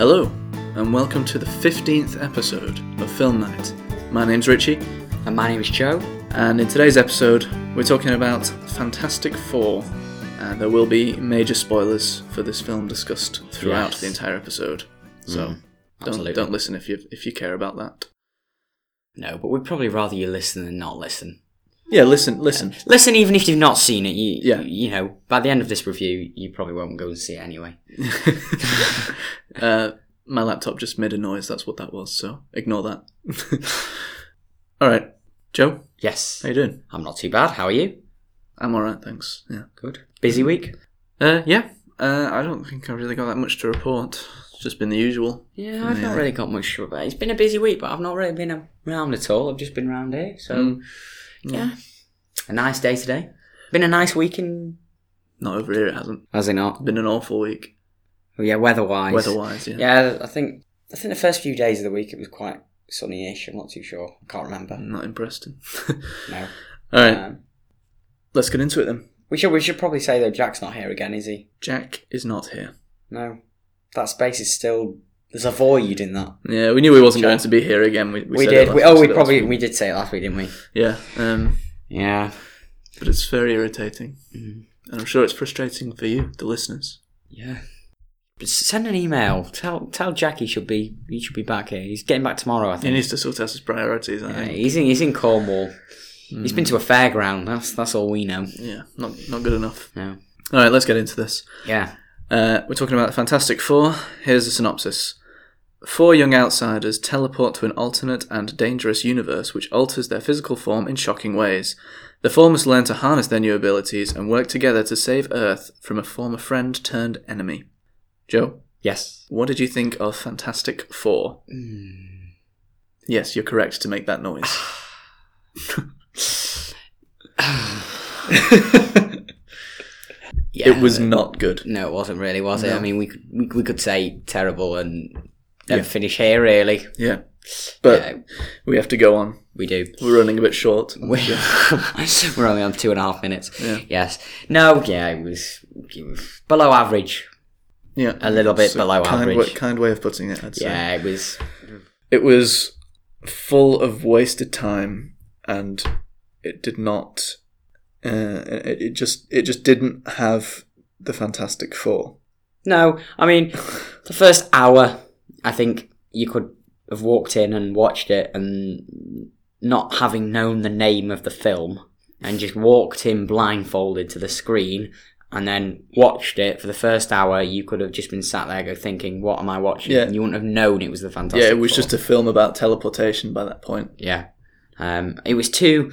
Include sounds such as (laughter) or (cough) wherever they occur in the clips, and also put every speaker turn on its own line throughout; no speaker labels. Hello, and welcome to the 15th episode of Film Night. My name's Richie,
And my name is Joe.
and in today's episode, we're talking about Fantastic Four. And there will be major spoilers for this film discussed throughout
Yes. Mm,
the entire episode. So
absolutely.
don't, don't listen if you if you care about that.
No, but we'd probably rather you listen than not listen.
Yeah, listen, listen.
Listen, even if you've not seen it, you
Yeah.
you know, by the end of this review, you probably won't go and see it anyway.
uh, my laptop just made a noise. That's what that was. So ignore that. (laughs) all right, Joe,
Yes,
how you doing?
I'm not too bad. How are you?
I'm all right, thanks. Yeah.
Good. Busy week.
Uh, yeah. Uh, I don't think I've really got that much to report. It's just been the usual.
Yeah, I've not really got much sure about. It's been a busy week, but I've not really been around at all. I've just been around here, so Mm. yeah, a nice day today. Been a nice week in.
Not over here. It hasn't
Has it not?
been an awful week
Oh, yeah, weather-wise.
weather-wise. Yeah.
Yeah, I think I think the first few days of the week it was quite sunny-ish. I'm not too sure. I can't remember.
I'm not impressed.
No.
All right,
Um,
let's get into it then.
We should we should probably say though Jack's not here again, is he?
Jack is not here.
No. That space is still there's a void in that.
Yeah, we knew he wasn't
Jack.
going to be here again. We, we,
We,
said it
did.
last-
We, oh,
said
we
it last
probably
week.
we did say it last week, didn't we?
Yeah, um,
Yeah.
but it's very irritating,
Mhm.
and I'm sure it's frustrating for you, the listeners.
Yeah. But s- send an email. Tell tell Jack he should be he should be back here. He's getting back tomorrow, I
He
think.
needs to sort out his priorities. I
Yeah,
think.
he's in he's in Cornwall. He's
Hmm.
been to a fairground. That's that's all we know.
Yeah, not not good enough.
No.
All right, let's get into this.
Yeah.
Uh, we're talking about the Fantastic Four. Here's a synopsis. Four young outsiders teleport to an alternate and dangerous universe which alters their physical form in shocking ways. The four must learn to harness their new abilities and work together to save Earth from a former friend turned enemy. Joe,
Yes.
what did you think of Fantastic Four? Yes, you're correct to make that noise.
Yeah.
It was not good.
No, it wasn't really, was it?
No.
I mean, we could we, we could say terrible and then finish here, really.
Yeah. But
Yeah.
we have to go on.
We do.
We're running a bit short. (laughs)
We- (laughs) We're only on two and a half minutes.
Yeah.
Yes. No. Yeah. It was, it was below average.
Yeah.
A little bit
It's a
below
kind
average.
Way, kind way of putting it, I'd say.
Yeah. It was.
It was full of wasted time, and it did not. Uh, it, it just it just didn't have the Fantastic Four.
No. I mean, the first hour, I think you could have walked in and watched it, and not having known the name of the film, and just walked in blindfolded to the screen. And then watched it for the first hour. You could have just been sat there, go thinking, "What am I watching?"
Yeah.
And you wouldn't have known it was the Fantastic.
yeah, it was
Four.
just a film about teleportation by that point.
Yeah. Um, it was too.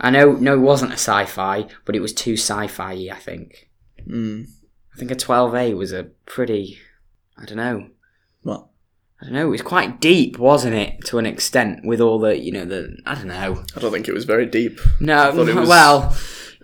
I know, no, it wasn't a sci-fi, but it was too sci-fi. I think.
Mm.
I think a twelve A was a pretty. I don't know.
Well,
I don't know. It was quite deep, wasn't it, to an extent, with all the you know the. I don't know.
I don't think it was very deep.
No,
thought it was-
well,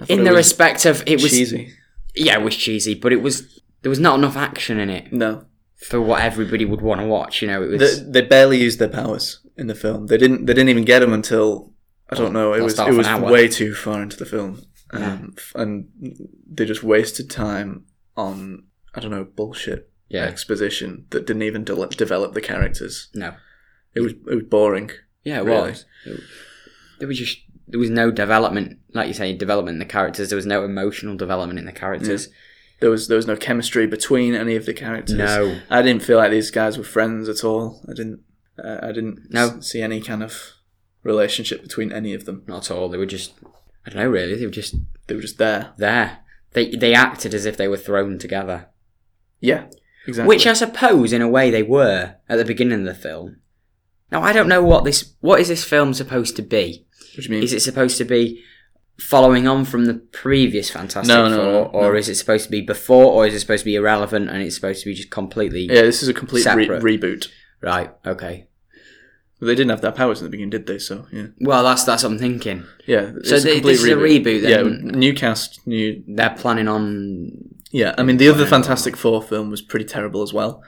in
it
the
was
respect of it was
Cheesy.
yeah, it was cheesy, but it was there was not enough action in it
No,
for what everybody would want to watch. You know, it was
they, they barely used their powers in the film. They didn't. They didn't even get them until I don't know. It
Last
was
half
it
an
was
hour.
way too far into the film, um, f- and they just wasted time on I don't know bullshit
Yeah.
exposition that didn't even de- develop the characters.
no.
It was it was boring.
Yeah, it
Really.
was. It- There was just there was no development, like you say, development in the characters. There was no emotional development in the characters.
There was there was no chemistry between any of the characters.
No.
I didn't feel like these guys were friends at all. I didn't. Uh, I didn't
No.
s- see any kind of relationship between any of them.
Not at all. They were just I don't know really. They were just
They were just there.
there. They they acted as if they were thrown together,
Yeah, exactly.
which uh, I suppose in a way they were at the beginning of the film. Now I don't know what this what is this film supposed to be?
What do you mean?
Is it supposed to be following on from the previous Fantastic
No, no, no,
Four, or
no.
is it supposed to be before, or is it supposed to be irrelevant and it's supposed to be just completely
Yeah, this is a complete re-
Separate.
reboot.
right? Okay,
Well, They didn't have their powers in the beginning, did they? So yeah,
Well, that's that's what I'm thinking.
yeah.
So
it's
they-
complete
this is a reboot then?
Yeah, new cast, new.
They're planning on.
Yeah, I mean the other Fantastic Four film was pretty terrible as well.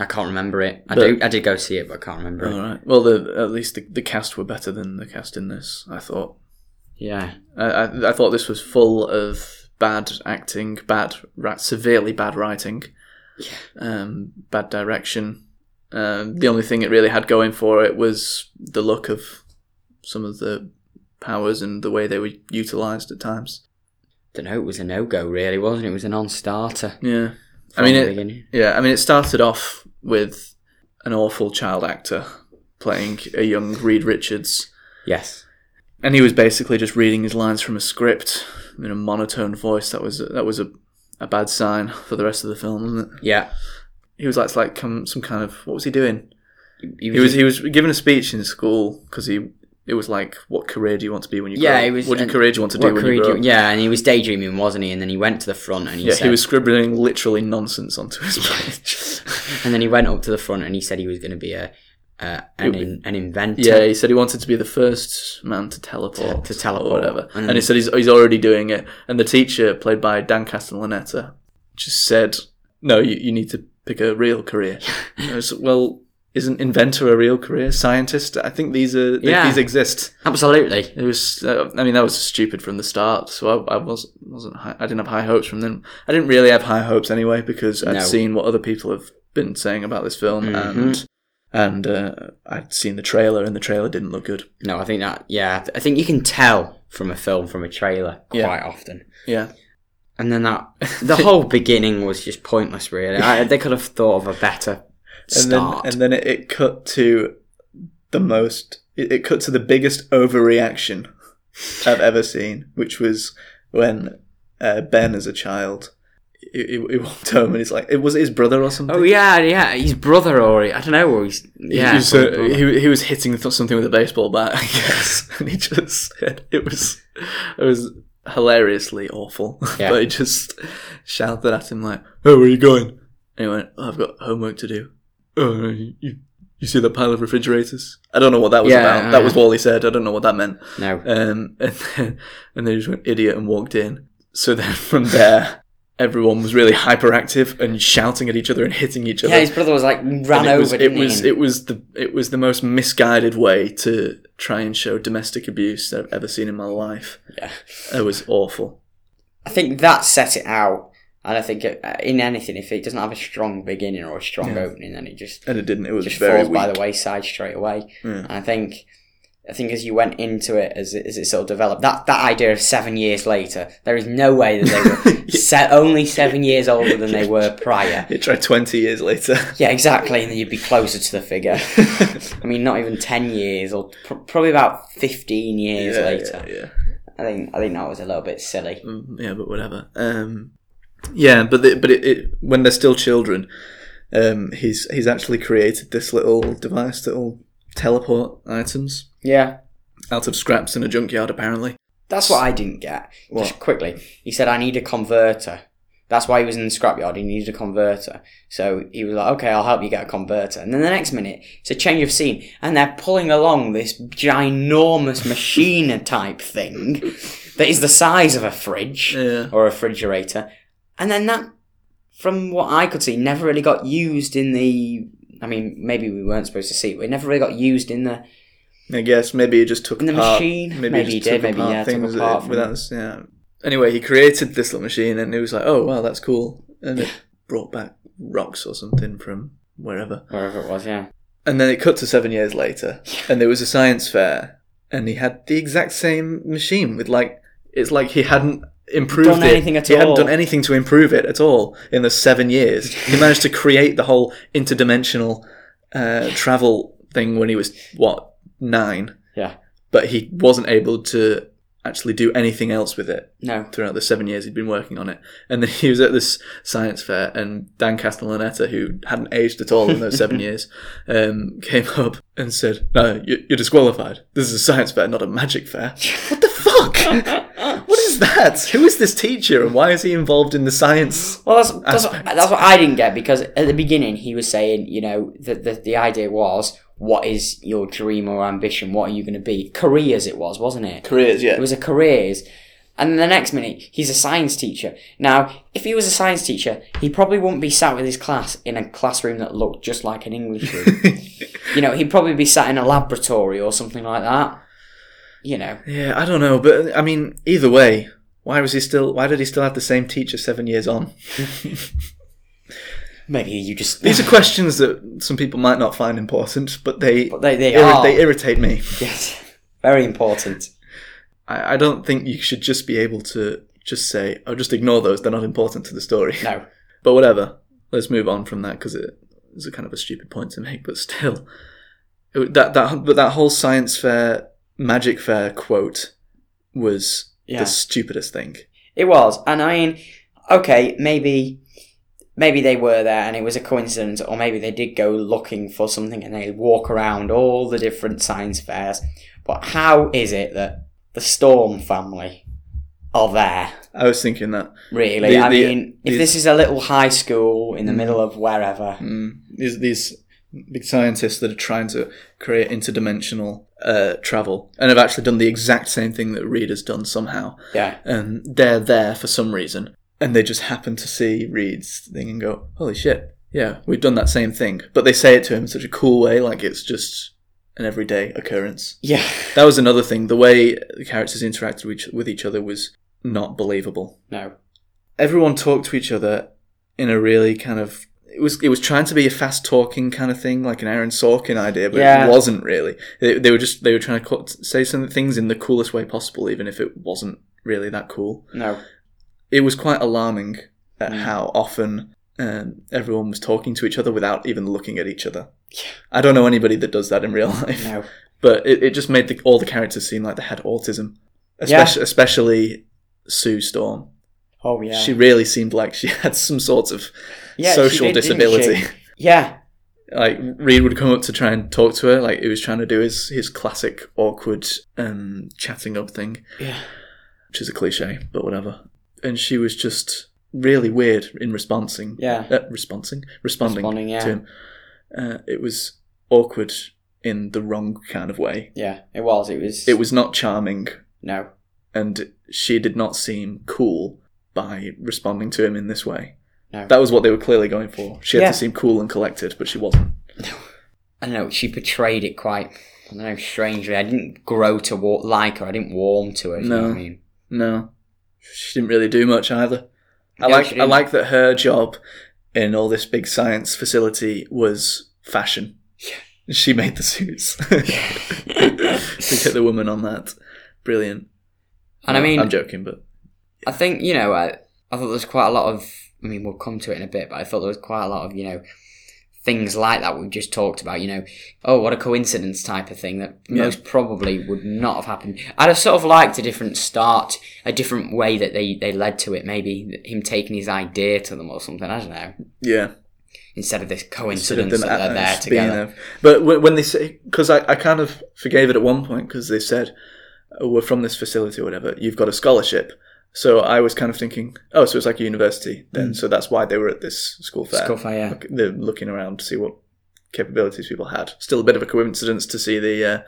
I can't remember it. I
But- Uh-huh.
do. I did go see it, but I can't remember
All
it.
right. Well, the at least the, the cast were better than the cast in this. I thought.
Yeah,
I, I, I thought this was full of bad acting, bad, ra- severely bad writing, um, bad direction. Um, the only thing it really had going for it was the look of some of the powers and the way they were utilised at times.
Don't know. It was a no go, really, wasn't it? It was a non-starter.
Yeah, I
from
mean,
the
it,
beginning.
yeah, I mean, it started off with an awful child actor playing a young Reed Richards.
yes,
and he was basically just reading his lines from a script in a monotone voice. That was that was a, a bad sign for the rest of the film, wasn't it?
yeah.
He was like it's like com- some kind of what was he doing?
He
He was he was giving a speech in school because he it was like what career do you want to be when you
Yeah,
grow
he
up?
was-
what do you
and
career do you want to do
what
when
career
you
do
grow
you-
up?
yeah, and he was daydreaming, wasn't he? And then he went to the front and he
yeah,
said,
he was scribbling literally nonsense onto his (laughs) page.
and then he went up to the front and he said he was going to be a uh, an, in, an inventor.
Yeah, he said he wanted to be the first man to teleport,
To- to teleport.
or whatever.
And-
And, he said he's, he's already doing it. And the teacher, played by Dan Castellaneta, just said, "No, you, you need to pick a real
(laughs)
career." And I was, well, isn't inventor a real career? Scientist? I think these are th-
Yeah.
these exist.
Absolutely.
It was, uh, I mean, that was stupid from the start. So I, I was wasn't high, I didn't have high hopes from them. I didn't really have high hopes anyway because I'd
No. Mm-hmm.
seen what other people have been saying about this film and. And uh, I'd seen the trailer, and the trailer didn't look good.
No, I think that. Yeah, I think you can tell from a film from a trailer quite
Yeah.
often.
Yeah,
And
(laughs)
then that the whole beginning was just pointless. Really, I, they could have thought of a better
(laughs) and
start.
then and then it, it cut to the most. It, it cut to the biggest overreaction I've ever seen, which was when uh, Ben, as a child, he, he, he walked home and he's like, "It was it his brother or something."
oh yeah, yeah, his brother or I don't know. Or he's, yeah,
he was, uh,
brother.
he, he was hitting th- something with a baseball bat, (laughs) I guess, and he just said it was it was hilariously awful. (laughs)
Yeah.
but he just shouted at him like, "Oh, where are you going?" And he went, oh, "I've got homework to do." Oh, you, you you see that pile of refrigerators? I don't know what that was
Yeah, oh,
about.
yeah.
That was all he said. I don't know what that meant.
no,
Um, (laughs) and then, and they just went idiot and walked in. So then from there, everyone was really hyperactive and shouting at each other and hitting each other
yeah, his brother was like ran
and
over.
it was it
didn't he?
was, it was the it was the most misguided way to try and show domestic abuse that I've ever seen in my life.
Yeah.
It was awful.
I think that set it out. And I think it, in anything, if it doesn't have a strong beginning or a strong opening, then it just
And it didn't it was
just
very
falls
weak. Hmm.
by the wayside straight away.
Yeah.
And I think, I think as you went into it, as it, as it sort of developed, that, that idea of seven years later, there is no way that
(laughs)
they were se- only seven years older than they were prior.
It tried 20 years
(laughs)
later.
Yeah, exactly. And then you'd be closer to the figure. I mean, not even ten years, or pr- probably about fifteen years
yeah,
later.
Yeah, yeah.
I think I think that was a little bit silly.
Mm, yeah, but whatever. Um, yeah, but the, but it, it, when they're still children, um, he's he's actually created this little device that'll teleport items
Yeah,
out of scraps in a junkyard apparently.
That's what I didn't get. Just quickly, he said, "I need a converter." That's why he was in the scrapyard. He needed a converter, so he was like, "Okay, I'll help you get a converter." And then the next minute, it's a change of scene, and they're pulling along this ginormous (laughs) machine type thing that is the size of a fridge
Yeah.
or a refrigerator, and then that, from what I could see, never really got used in the. I mean, maybe we weren't supposed to see it. But it never really got used in the
I guess maybe he just took
In the
apart-
machine?
Maybe,
Maybe
he
he
just
did,
Took
maybe,
apart
yeah, took
things
apart
that-
from-
without. us- Yeah. Anyway, he created this little machine, and it was like, oh wow, that's cool, and
(laughs)
it brought back rocks or something from wherever.
wherever it was. Yeah,
And then it cut to seven years later, and there was a science fair, and he had the exact same machine with like it's like he hadn't improved
Done
it.
anything at
he hadn't
all.
done anything to improve it at all in the seven years. he managed to create the whole interdimensional uh, travel thing when he was what nine
yeah.
but he wasn't able to actually do anything else with it
No,
throughout the seven years he'd been working on it. And then (laughs) he was at this science fair, and Dan Castellaneta, who hadn't aged at all in those
(laughs)
seven years, um, came up and said, "No, you- you're disqualified. This is a science fair, not a magic
(laughs)
fair." What the fuck? what is that? Who is this teacher, and why is he involved in the science?
Well, that's that's what, that's what I didn't get because at the beginning he was saying, you know, that the, the idea was, what is your dream or ambition? What are you going to be? Careers, it was, wasn't it?
Careers,
It
yeah.
was a careers. And then the next minute, he's a science teacher. Now, if he was a science teacher, he probably wouldn't be sat with his class in a classroom that looked just like an English (laughs) room. you know, he'd probably be sat in a laboratory or something like that. You know,
(laughs) Yeah, I don't know, but I mean, either way, why was he still? Why did he still have the same teacher seven years on?
Maybe you (laughs) just.
These are questions that some people might not find important, but they
But they, they
irri-
are.
they irritate me.
yes. Very important.
I, I don't think you should just be able to just say, "Oh, just ignore those; they're not important to the story."
No.
(laughs) But whatever. Let's move on from that because it is a kind of a stupid point to make, but still, It- that that but that whole science fair magic fair quote was
Yeah.
the stupidest thing.
It was, and I mean, okay, maybe, maybe they were there, and it was a coincidence, or maybe they did go looking for something, and they walk around all the different science fairs. But how is it that the Storm family are there?
I was thinking that
Really,
The-
I
the-
mean,
the-
if this is a little high school in the middle of wherever,
mm, these these big scientists that are trying to create interdimensional uh, travel and have actually done the exact same thing that Reed has done somehow.
yeah,
Um, they're there for some reason, and they just happen to see Reed's thing and go, "Holy shit, yeah, we've done that same thing." But they say it to him in such a cool way, like it's just an everyday occurrence.
yeah, (laughs)
That was another thing. The way the characters interacted with each, with each other was not believable.
no,
Everyone talked to each other in a really kind of it was it was trying to be a fast talking kind of thing, like an Aaron Sorkin idea, but
Yeah.
it wasn't really. They, they were just they were trying to co- say some things in the coolest way possible, even if it wasn't really that cool
no,
it was quite alarming at
Mm.
how often um, everyone was talking to each other without even looking at each other. I don't know anybody that does that in real life,
no,
but it, it just made the, all the characters seem like they had autism,
Yeah.
especially, especially Sue Storm.
oh yeah,
She really seemed like she (laughs) had some sort of
Yeah, she
social
did, didn't
disability.
she? yeah,
like Reed would come up to try and talk to her, like he was trying to do his his classic awkward um, chatting up thing.
yeah,
which is a cliche, but whatever. And she was just really weird in responding.
Yeah.
Uh, responding? Responding,
Responding, yeah.
to him. Uh, it was awkward in the wrong kind of way.
yeah, it was, it was,
It was not charming,
no,
and she did not seem cool by responding to him in this way.
No.
That was what they were clearly going for. She had
Yeah.
to seem cool and collected, but she wasn't.
I don't know, she portrayed it quite, I don't know, strangely. I didn't grow to wa- like her, I didn't warm to her, if you know
No.
what I mean?
No, she didn't really do much either. I
No, she
like I
didn't.
like that her job in all this big science facility was fashion. She made the
(laughs)
suits. (laughs) to get the woman on that, brilliant.
And I
No,
mean,
I'm joking, but
I think, you know, I, I thought there was quite a lot of, I mean, we'll come to it in a bit, but I thought there was quite a lot of, you know, things like that we've just talked about, you know, oh, what a coincidence type of thing that
Yeah.
most probably would not have happened. I'd have sort of liked a different start, a different way that they, they led to it, maybe him taking his idea to them or something, I don't know,
yeah.
instead of this
Instead of
coincidence
them
that
at-
they're there
us being
together.
there. But when, when they say, because I, I kind of forgave it at one point because they said "Oh, we're from this facility or whatever. You've got a scholarship. So I was kind of thinking, oh, so it's like a university then. So that's why they were at this school fair.
Mm. School fair, yeah.
Look- they're looking around to see what capabilities people had. Still a bit of a coincidence to see the uh,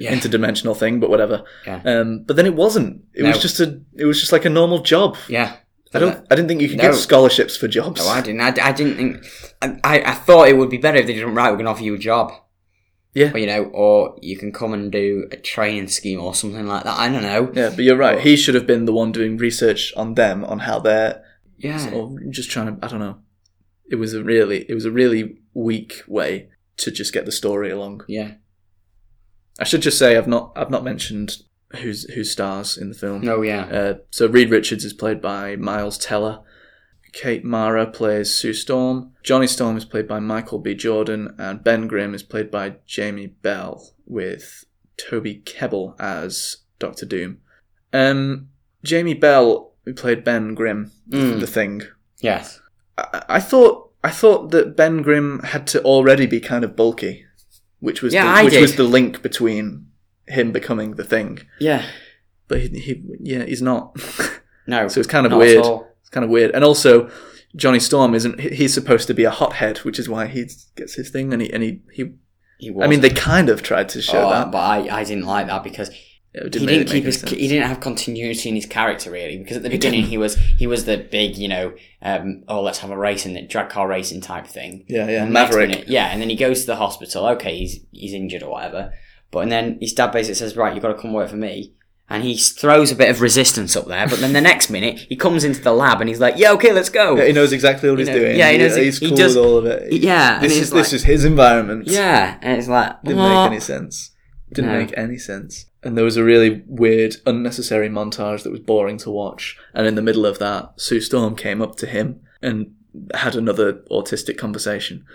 Yeah.
interdimensional thing, but whatever.
Yeah.
Um, but then it wasn't. It
No.
was just a. It was just like a normal job.
yeah.
I don't. I didn't think you could
No.
get scholarships for jobs.
No, I didn't. I, I didn't think. I, I- I thought it would be better if they didn't. Right, we're gonna offer you a job.
Yeah.
Or, you know, or you can come and do a training scheme or something like that. I don't know.
yeah, but you're right.
Oh.
He should have been the one doing research on them on how they're
Yeah.
or just trying to. I don't know. It was a really. It was a really weak way to just get the story along.
Yeah.
I should just say I've not. I've not mentioned who's who stars in the film.
No. Yeah.
Uh, so Reed Richards is played by Miles Teller. Kate Mara plays Sue Storm. Johnny Storm is played by Michael B. Jordan, and Ben Grimm is played by Jamie Bell, with Toby Kebbell as Doctor Doom. Um, Jamie Bell, who played Ben Grimm,
Mm.
the Thing.
Yes.
I-, I thought I thought that Ben Grimm had to already be kind of bulky, which was
Yeah,
the,
I
which
did.
was the link between him becoming the Thing.
Yeah.
But he, he yeah, he's not. (laughs)
No.
So it's kind of
not at
weird.
all.
It's kind of weird. And also, Johnny Storm isn't. he- He's supposed to be a hothead, which is why he gets his thing. And he, and he, he
He
I mean,
wasn't.
they kind of tried to show
Oh,
that.
but I, I didn't like that because
It
he
didn't really
didn't
make
keep
any
his
sense.
he didn't have continuity in his character really because at the beginning he was he was the big you know um, oh let's have a race and drag car racing type thing
Yeah, yeah,
And the next
Maverick.
minute- yeah, and then he goes to the hospital. Okay, he's he's injured or whatever. But and then his dad basically says, "Right, you've got to come work for me." and he throws a bit of resistance up there, but then the next minute he comes into the lab and he's like, "Yeah, okay, let's go."
He knows exactly what he's
know,
doing.
yeah, he knows-
he's
he
cool
does-
with all of it.
yeah, and
this
it's
is this
like-
is his environment.
Yeah, and it's like
didn't
"What?"
make any sense. Didn't
No.
make any sense.
And there was a really weird, unnecessary montage that was boring to watch. And in the middle of that, Sue Storm came up to him and had another autistic conversation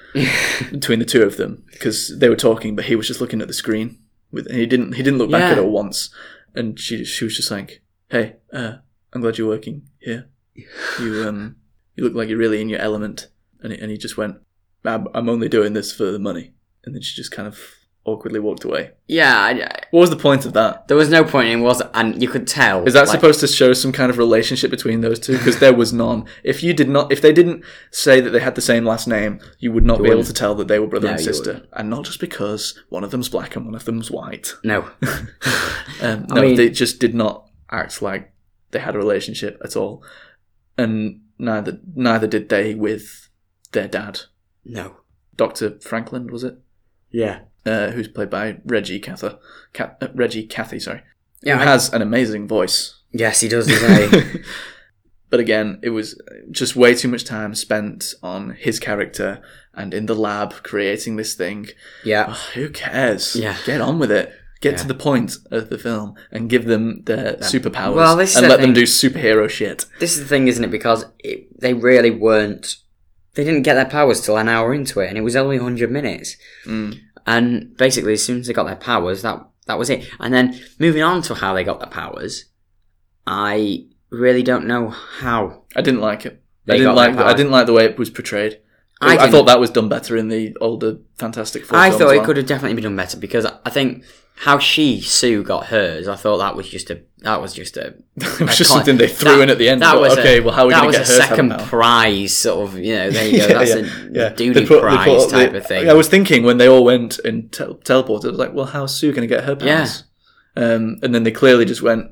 between the two of them because they were talking, but he was just looking at the screen. With he didn't he didn't look back
Yeah.
at her once, and she she was just like, "Hey, uh, I'm glad you're working here. You um you look like you're really in your element." And he, and he just went, I'm, "I'm only doing this for the money." And then she just kind of awkwardly walked away.
Yeah, I-
What was the point of that?
there was no point in it, was, and you could tell.
Is that
like,
supposed to show some kind of relationship between those two? Because there was none. If you did not, if they didn't say that they had the same last name, you would not be able to tell that they were brother
No,
and
you
sister. And not just because one of them's black and one of them's white.
No.
Um,
I
no,
mean-
they just did not act like they had a relationship at all, and neither neither did they with their dad,
no.
Doctor Franklin, was it?
Yeah.
Uh, who's played by Reggie Cathy, Cat, uh, Reggie Cathy, sorry,
Yeah.
(laughs)
who
I-
has an amazing voice.
yes, he does. Doesn't he? (laughs)
but again, it was just way too much time spent on his character and in the lab creating this thing.
yeah.
Ugh, who cares?
Yeah.
Get on with it. Get to
Yeah.
the point of the film and give them their superpowers
Well, this is
and
the
let them
thing.
do superhero shit.
This is the thing, isn't it? Because it, they really weren't. They didn't get their powers till an hour into it, and it was only 100 minutes.
Mm.
And basically, as soon as they got their powers, that that was it. And then moving on to how they got their powers, I really don't know how.
I didn't like it.
They
I didn't
got their
like. I
powers.
didn't like the way it was portrayed.
I
I,
didn't-
thought that was done better in the older Fantastic Four.
I
films
thought
as
it
well.
could have definitely been done better because I think how she Sue got hers, I thought that was just a that was
(laughs)
just a
(laughs) It was just
can't-
something they threw
that-
in at the end.
that
But,
was a-
okay, well, how are we
that
going
was
to
a
get her to have
second
power?
prize sort of you know
(laughs)
there you go that's a duty
They put- they
prize
put up
type
the-
of thing.
I was thinking when they all went and tel- teleported, I was like, well, how's Sue going to get her powers? Um, and then they clearly just went,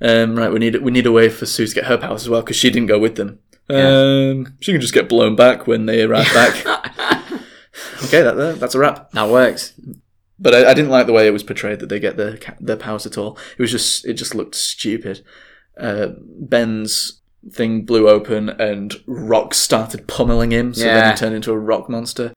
um, right, we need we need a way for Sue to get her powers as well because she didn't go with them. Um, she can just get blown back when they arrive
(laughs)
back. okay, that, that, that's a wrap.
that works.
But I, I didn't like the way it was portrayed that they get their ca- their powers at all. It was just it just looked stupid. Uh, Ben's thing blew open and rocks started pummeling him, so then
Yeah.
he turned into a rock monster.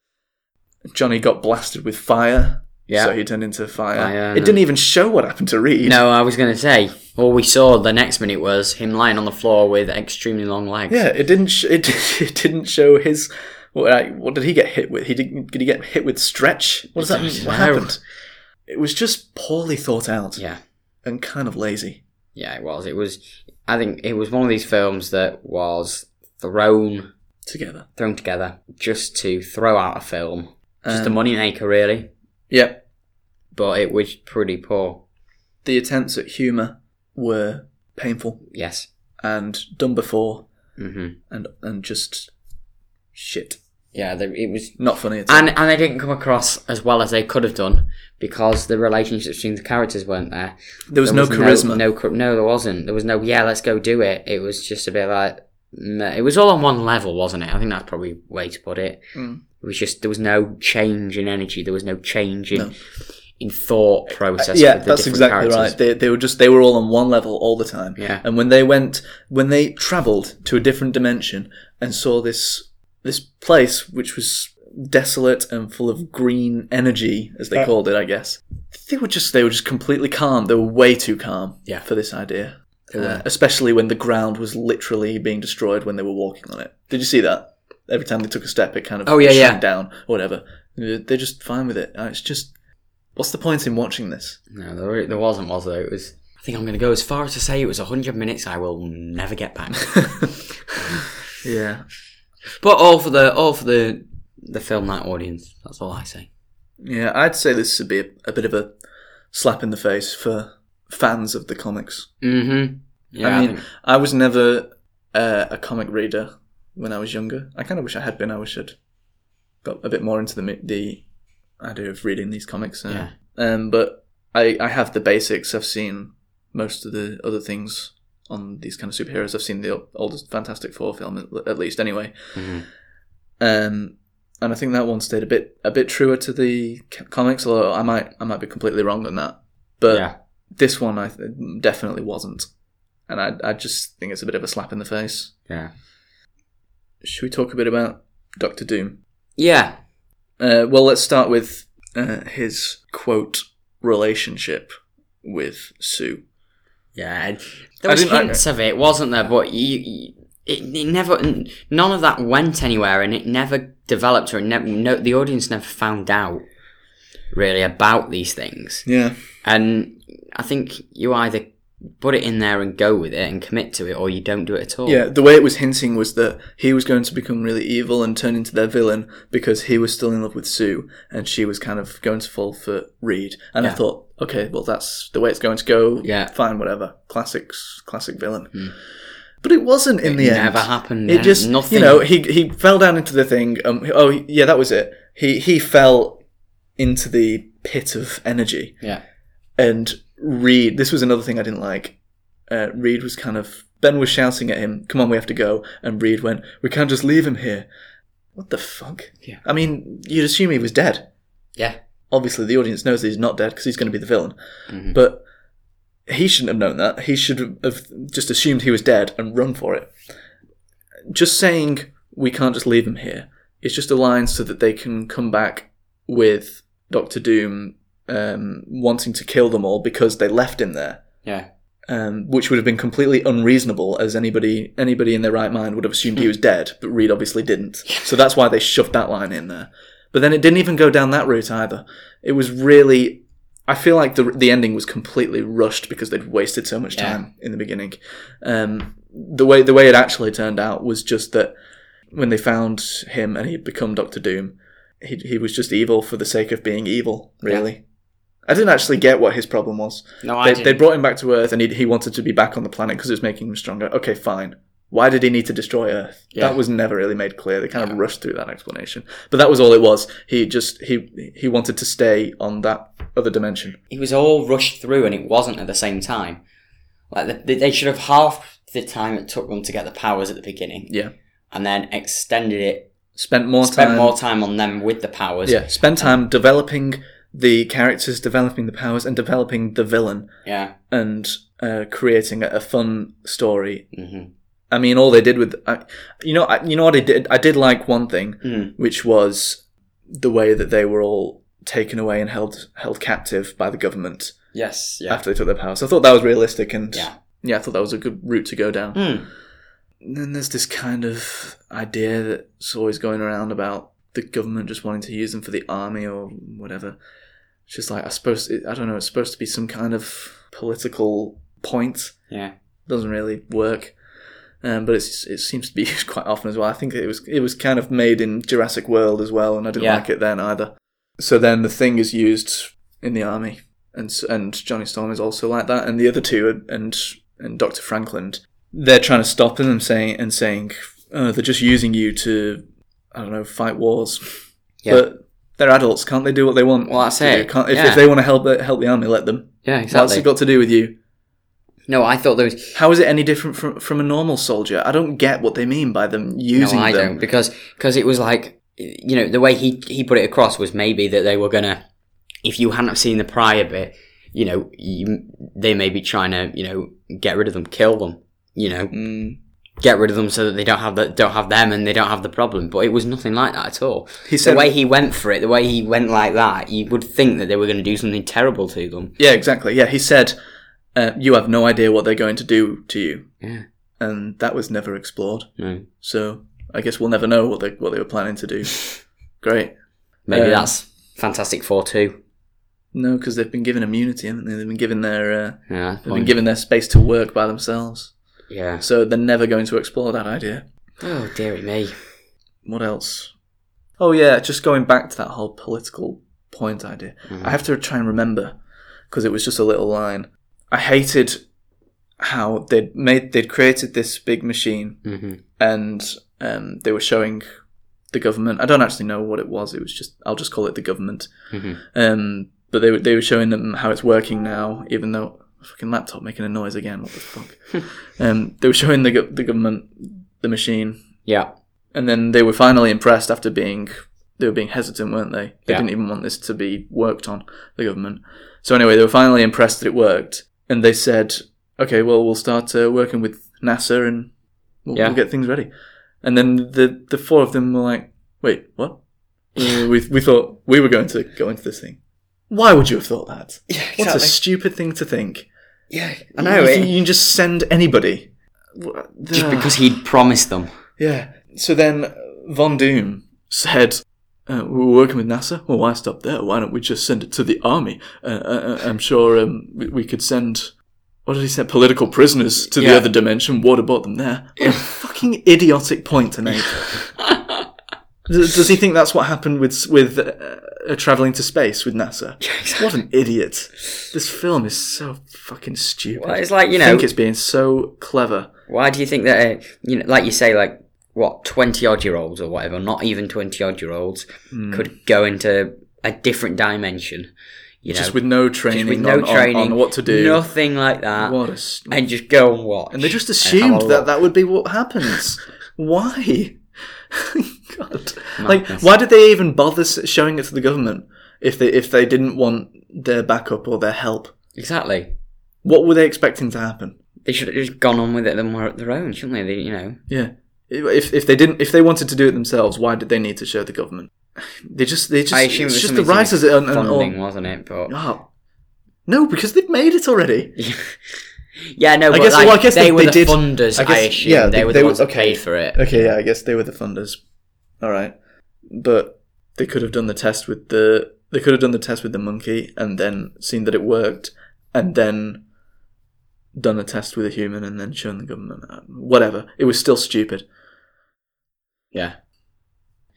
Johnny got blasted with fire,
Yeah.
so he turned into fire.
Fire,
it didn't even show what happened to Reed.
No, I was going to say all we saw the next minute was him lying on the floor with extremely long legs.
Yeah, it didn't. Sh- it, (laughs) it didn't show his. What, like, what did he get hit with? He did, did he get hit with stretch? What does that mean? What
I don't
happened? It was just poorly thought out
Yeah.
and kind of lazy.
Yeah, it was. It was. I think it was one of these films that was thrown
Together.
thrown together just to throw out a film, just
Um,
a moneymaker, really.
Yeah,
But it was pretty poor.
the attempts at humour were painful
Yes.
and done before
hmm
and and just shit.
Yeah, there, it was.
Not funny at all.
And and they didn't come across as well as they could have done because the relationships between the characters weren't there.
there was,
There
no charisma.
No, char- no, there wasn't. There was no. Yeah, let's go do it. It was just a bit like. meh. It was all on one level, wasn't it? I think that's probably a way to put it.
Mm.
It was just there was no change in energy. There was no change in
No.
in thought process.
yeah,
with the
that's
different
exactly
characters.
right. They, they were just they were all on one level all the time.
Yeah.
And when they went when they travelled to a different dimension and saw this this place which was desolate and full of green energy, as they called it, I guess. They were just they were just completely calm. They were way too calm
Yeah.
for this idea. Uh, especially when the ground was literally being destroyed when they were walking on it. Did you see that? Every time they took a step, it kind of
Oh, yeah,
shrank
yeah.
down or whatever. Uh, They're just fine with it. Uh, It's just, what's the point in watching this?
No, there, re- there wasn't, was there? It was. I think I'm going to go as far as to say it was 100 minutes. I will never get
(laughs)
back.
Yeah,
but all for the all for the the film night audience. That's all I say.
yeah. I'd say this would be a, a bit of a slap in the face for fans of the comics.
Mm-hmm. Yeah.
I
I
mean,
think-
I was never uh, a comic reader when I was younger. I kind of wish I had been. I wish I'd got a bit more into the mi- the idea of reading these comics. uh,
Yeah.
Um, but I I have the basics. I've seen most of the other things on these kind of superheroes. I've seen the o- oldest Fantastic Four film at- at least, anyway.
Mhm.
Um, and I think that one stayed a bit a bit truer to the c- comics. Although I might I might be completely wrong on that. But
yeah.
This one I th- definitely wasn't, and I I just think it's a bit of a slap in the face.
Yeah.
Should we talk a bit about Doctor Doom?
Yeah.
Uh, well, let's start with uh, his quote relationship with Sue.
Yeah. and There
I
was
didn't- I-
hints of it, wasn't there? But you, you it, it never, n- none of that went anywhere, and it never developed, or it never, no, the audience never found out really about these things.
Yeah,
And I think you either put it in there and go with it and commit to it, or you don't do it at all.
yeah. The way it was hinting was that he was going to become really evil and turn into their villain because he was still in love with Sue, and she was kind of going to fall for Reed. And I
Yeah.
thought, okay, well, that's the way it's going to go.
Yeah. Mm.
fine, whatever. Classics, classic villain. But it wasn't in the end.
never happened.
It just
nothing.
You know, he he fell down into the thing. Um, he- oh yeah, that was it. He he fell into the pit of energy.
yeah.
And Reed, this was another thing I didn't like. Uh, Reed was kind of Ben was shouting at him, "Come on, we have to go." And Reed went, "We can't just leave him here." What the fuck?
Yeah.
I mean, you'd assume he was dead.
Yeah.
Obviously, the audience knows that he's not dead because he's going to be the villain.
Mhm.
But he shouldn't have known that. He should have just assumed he was dead and run for it. Just saying we can't just leave him here is just a line so that they can come back with Doctor Doom um, wanting to kill them all because they left him there,
Yeah.
um, which would have been completely unreasonable, as anybody anybody in their right mind would have assumed he was dead, but Reed obviously didn't. So that's why they shoved that line in there. But then it didn't even go down that route either. It was really. I feel like the the ending was completely rushed because they'd wasted so much
Yeah.
time in the beginning. Um, the way the way it actually turned out was just that when they found him and he'd become Doctor Doom, he he was just evil for the sake of being evil. Really, I didn't actually get what his problem was.
No, I
They,
didn't.
they brought him back to Earth and he he wanted to be back on the planet because it was making him stronger. Okay, fine. Why did he need to destroy Earth?
Yeah.
That was never really made clear. They kind of rushed through that explanation, but that was all it was. He just he he wanted to stay on that other dimension.
it was all rushed through and it wasn't at the same time. Like the, they should have half the time it took them to get the powers at the beginning,
Yeah,
and then extended it,
spent more
spent
time.
more time on them with the powers.
yeah, spend time developing the characters, developing the powers, and developing the villain.
yeah.
and uh, creating a, a fun story.
Mhm.
I mean, all they did with I, you know, I, you know what I did. I did like one thing,
Mm.
which was the way that they were all taken away and held held captive by the government
Yes, yeah,
after they took their powers. I thought that was realistic, and
yeah.
yeah, I thought that was a good route to go down.
Hmm.
And then there's this kind of idea that's always going around about the government just wanting to use them for the army or whatever. It's just like I suppose it, I don't know. It's supposed to be some kind of political point
yeah,
doesn't really work. Um, but it's it seems to be (laughs) used quite often as well. I think it was it was kind of made in Jurassic World as well, and I didn't
Yeah.
like it then either. So then the thing is used in the army, and s- and Johnny Storm is also like that, and the other two are- and and Doctor Franklin, they're trying to stop him and saying and saying uh, they're just using you to I don't know fight wars,
Yeah.
but they're adults, can't they do what they want?
Well, that's
to do?
it.
Can't, if,
Yeah.
if they want to help the- help the army, let them.
yeah,
What's
exactly.
it got to do with you?
no, I thought there was
How is it any different from, from a normal soldier? I don't get what they mean by them using
no, I
them.
don't because because it was like you know the way he he put it across was maybe that they were gonna if you hadn't have seen the prior bit you know you, they may be trying to you know get rid of them kill them you know
Mm.
get rid of them so that they don't have the, don't have them and they don't have the problem but it was nothing like that at all
He said,
the way he went for it the way he went like that you would think that they were going to do something terrible to them
"Yeah, exactly. Yeah, he said, uh, you have no idea what they're going to do to you,
yeah
and that was never explored.
no
So I guess we'll never know what they what they were planning to
(laughs)
do. Great.
maybe
Um,
that's fantastic four too
No, because they've been given immunity, haven't they? They've been given their uh,
yeah
they've been given their space to work by themselves.
yeah
So they're never going to explore that idea.
oh dearie me
what else? Oh yeah, just going back to that whole political point idea. I have to try and remember because it was just a little line. I hated how they'd made they'd created this big machine
hmm
and um, they were showing the government. I don't actually know what it was. It was just I'll just call it the government.
Mhm.
Um, but they were they were showing them how it's working now, even though fucking laptop making a noise again. What the fuck? um, they were showing the go- the government the machine
yeah
and then they were finally impressed after being they were being hesitant, weren't they? They
Yeah.
didn't even want this to be worked on, the government. So anyway, they were finally impressed that it worked, and they said, "Okay, well, we'll start uh, working with NASA and we'll,
Yeah.
we'll get things ready." And then the the four of them were like, "Wait, what? we, we we thought we were going to go into this thing. Why would you have thought that?
Yeah,
What a
exactly.
stupid thing to think."
yeah,
I know
you,
it.
think you can just send anybody. Just
Just because he'd promised them.
Yeah. So then uh, Von Doom said, uh, "We're working with NASA. Well, why stop there? Why don't we just send it to the army? Uh, uh, uh, I'm sure um, we, we could send." What did he say? Political prisoners to
Yeah.
the other dimension. Waterboard them
(laughs)
there. What a fucking idiotic point to make. does, does he think that's what happened with with uh, uh, traveling to space with
(laughs)
NASA? What an idiot! This film is so fucking stupid.
Well, it's like, you
I
know,
think it's being so clever.
why do you think that, uh, you know, like you say, like, what, 20 odd year olds or whatever, not even 20 odd year olds could go into a different dimension, you know,
just with no training,
with no
on, on-
training,
on, what to do.
nothing like that,
What a s-
and just go and watch.
and they just
have a
assumed
look.
that that would be what happens. (laughs) why? (laughs) God. Like, why did they even bother s- showing it to the government if they if they didn't want their backup or their help?
Exactly.
What were they expecting to happen?
They should have just gone on with it and were at their own, shouldn't they? they you know,
Yeah. If if they didn't if they wanted to do it themselves, why did they need to show the government? (sighs) They just they just
I assume
it's
it was
just the
something to
writers
do with
and, and
funding,
all.
wasn't it? But
Oh. No, because they've made it already.
(laughs) yeah, no. but
guess-
like,
well, I guess
they,
they-
were
they
the
did-
funders. I,
I guess-
assume
yeah,
they,
they-
were
they
the
were-
ones that
okay.
paid for it.
Okay, yeah, I guess they were the funders. All right, but they could have done the test with the they could have done the test with the monkey and then seen that it worked, and then done a test with a human and then shown the government. Uh, Whatever, it was still stupid.
Yeah,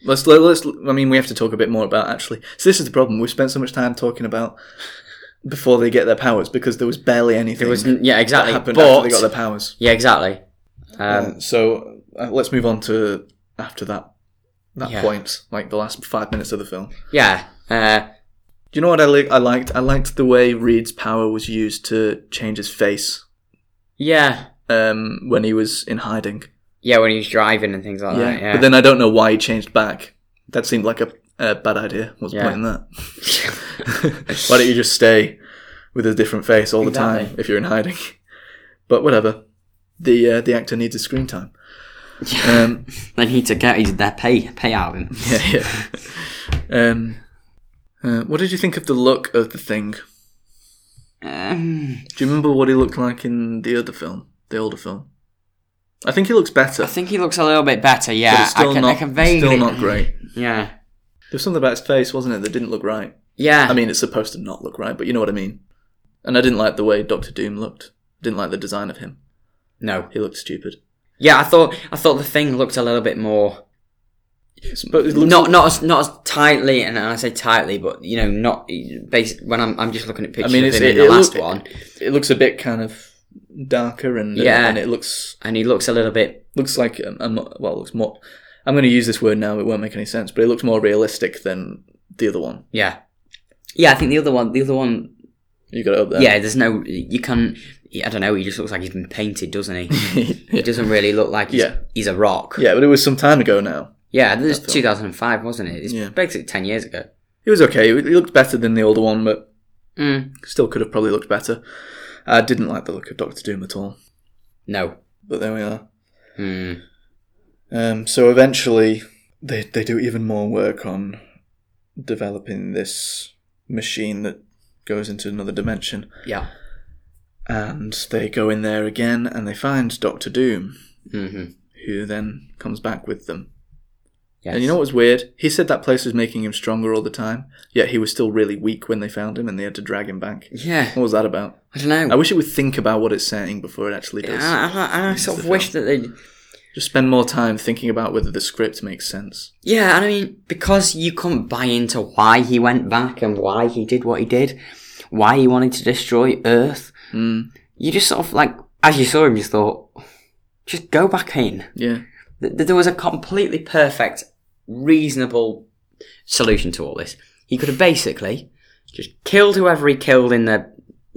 Let's let, let's. I mean, we have to talk a bit more about actually. So this is the problem. We've spent so much time talking about before they get their powers because there was barely anything
there was. Yeah,
that
exactly.
happened
but
after they got their powers.
yeah, exactly. Um,
Um, so uh, let's move on to after that that
Yeah.
point, like the last five minutes of the film.
yeah. Uh,
Do you know what I, li- I liked? I liked the way Reed's power was used to change his face
yeah.
um, when he was in hiding.
Yeah, when he was driving and things like that. Yeah.
But then I don't know why he changed back. That seemed like a, a bad idea. What's the
Yeah.
point in
(laughs)
that? (laughs) why don't you just stay with a different face all the
Exactly.
time if you're in hiding? (laughs) But whatever. The uh, the actor needs his screen time. Um,
they need to get his, their pay pay out. and-
(laughs) yeah, yeah. Um, uh, what did you think of the look of the thing?
Um,
Do you remember what he looked like in the other film, the older film? I think he looks better,
I think he looks a little bit better. Yeah,
but it's still
I can,
not
I can vaguely.
still not great.
Yeah.
There's something about his face, wasn't it, that didn't look right.
Yeah.
I mean, it's supposed to not look right, but you know what I mean. And I didn't like the way Doctor Doom looked. Didn't like the design of him.
no.
He looked stupid.
Yeah, I thought I thought the thing looked a little bit more
But it looks-
not not as, not as tightly, and I say tightly, but you know, not based when I'm I'm just looking at
I
pictures
mean,
of
it's,
him
it,
in the
it
last
look-
one,
It looks a bit kind of darker, and uh,
Yeah.
and it looks
and he looks a little bit.
looks like um, um, well, it looks more. I'm going to use this word now. It won't make any sense, but it looks more realistic than the other one.
Yeah, yeah. I think the other one, the other one,
You got it up there.
yeah. There's no you can. I don't know. He just looks like he's been painted,
(laughs)
doesn't he? He doesn't really look like he's,
Yeah.
he's a rock.
(laughs) yeah, but it was some time ago now.
yeah. This is 2005, wasn't it? It's
Yeah.
basically 10 years ago.
It was okay. It looked better than the older one, but
Mm.
still could have probably looked better. I didn't like the look of Doctor Doom at all,
No.
but there we are.
Mm.
Um, so eventually, they they do even more work on developing this machine that goes into another dimension,
Yeah.
and they go in there again and they find Doctor Doom,
hmm
who then comes back with them.
Yes.
And you know what was weird? He said that place was making him stronger all the time, yet he was still really weak when they found him, and they had to drag him back.
Yeah.
What was that about?
I don't know.
I wish it would think about what it's saying before it actually does.
And I, and I, and I sort of wish that they.
Just spend more time thinking about whether the script makes sense.
Yeah, and I mean, because you couldn't buy into why he went back and why he did what he did, why he wanted to destroy Earth,
Mm,
you just sort of like, as you saw him, you thought, just go back in.
yeah.
Th- th- There was a completely perfect, reasonable solution to all this. He could have basically just killed whoever he killed in the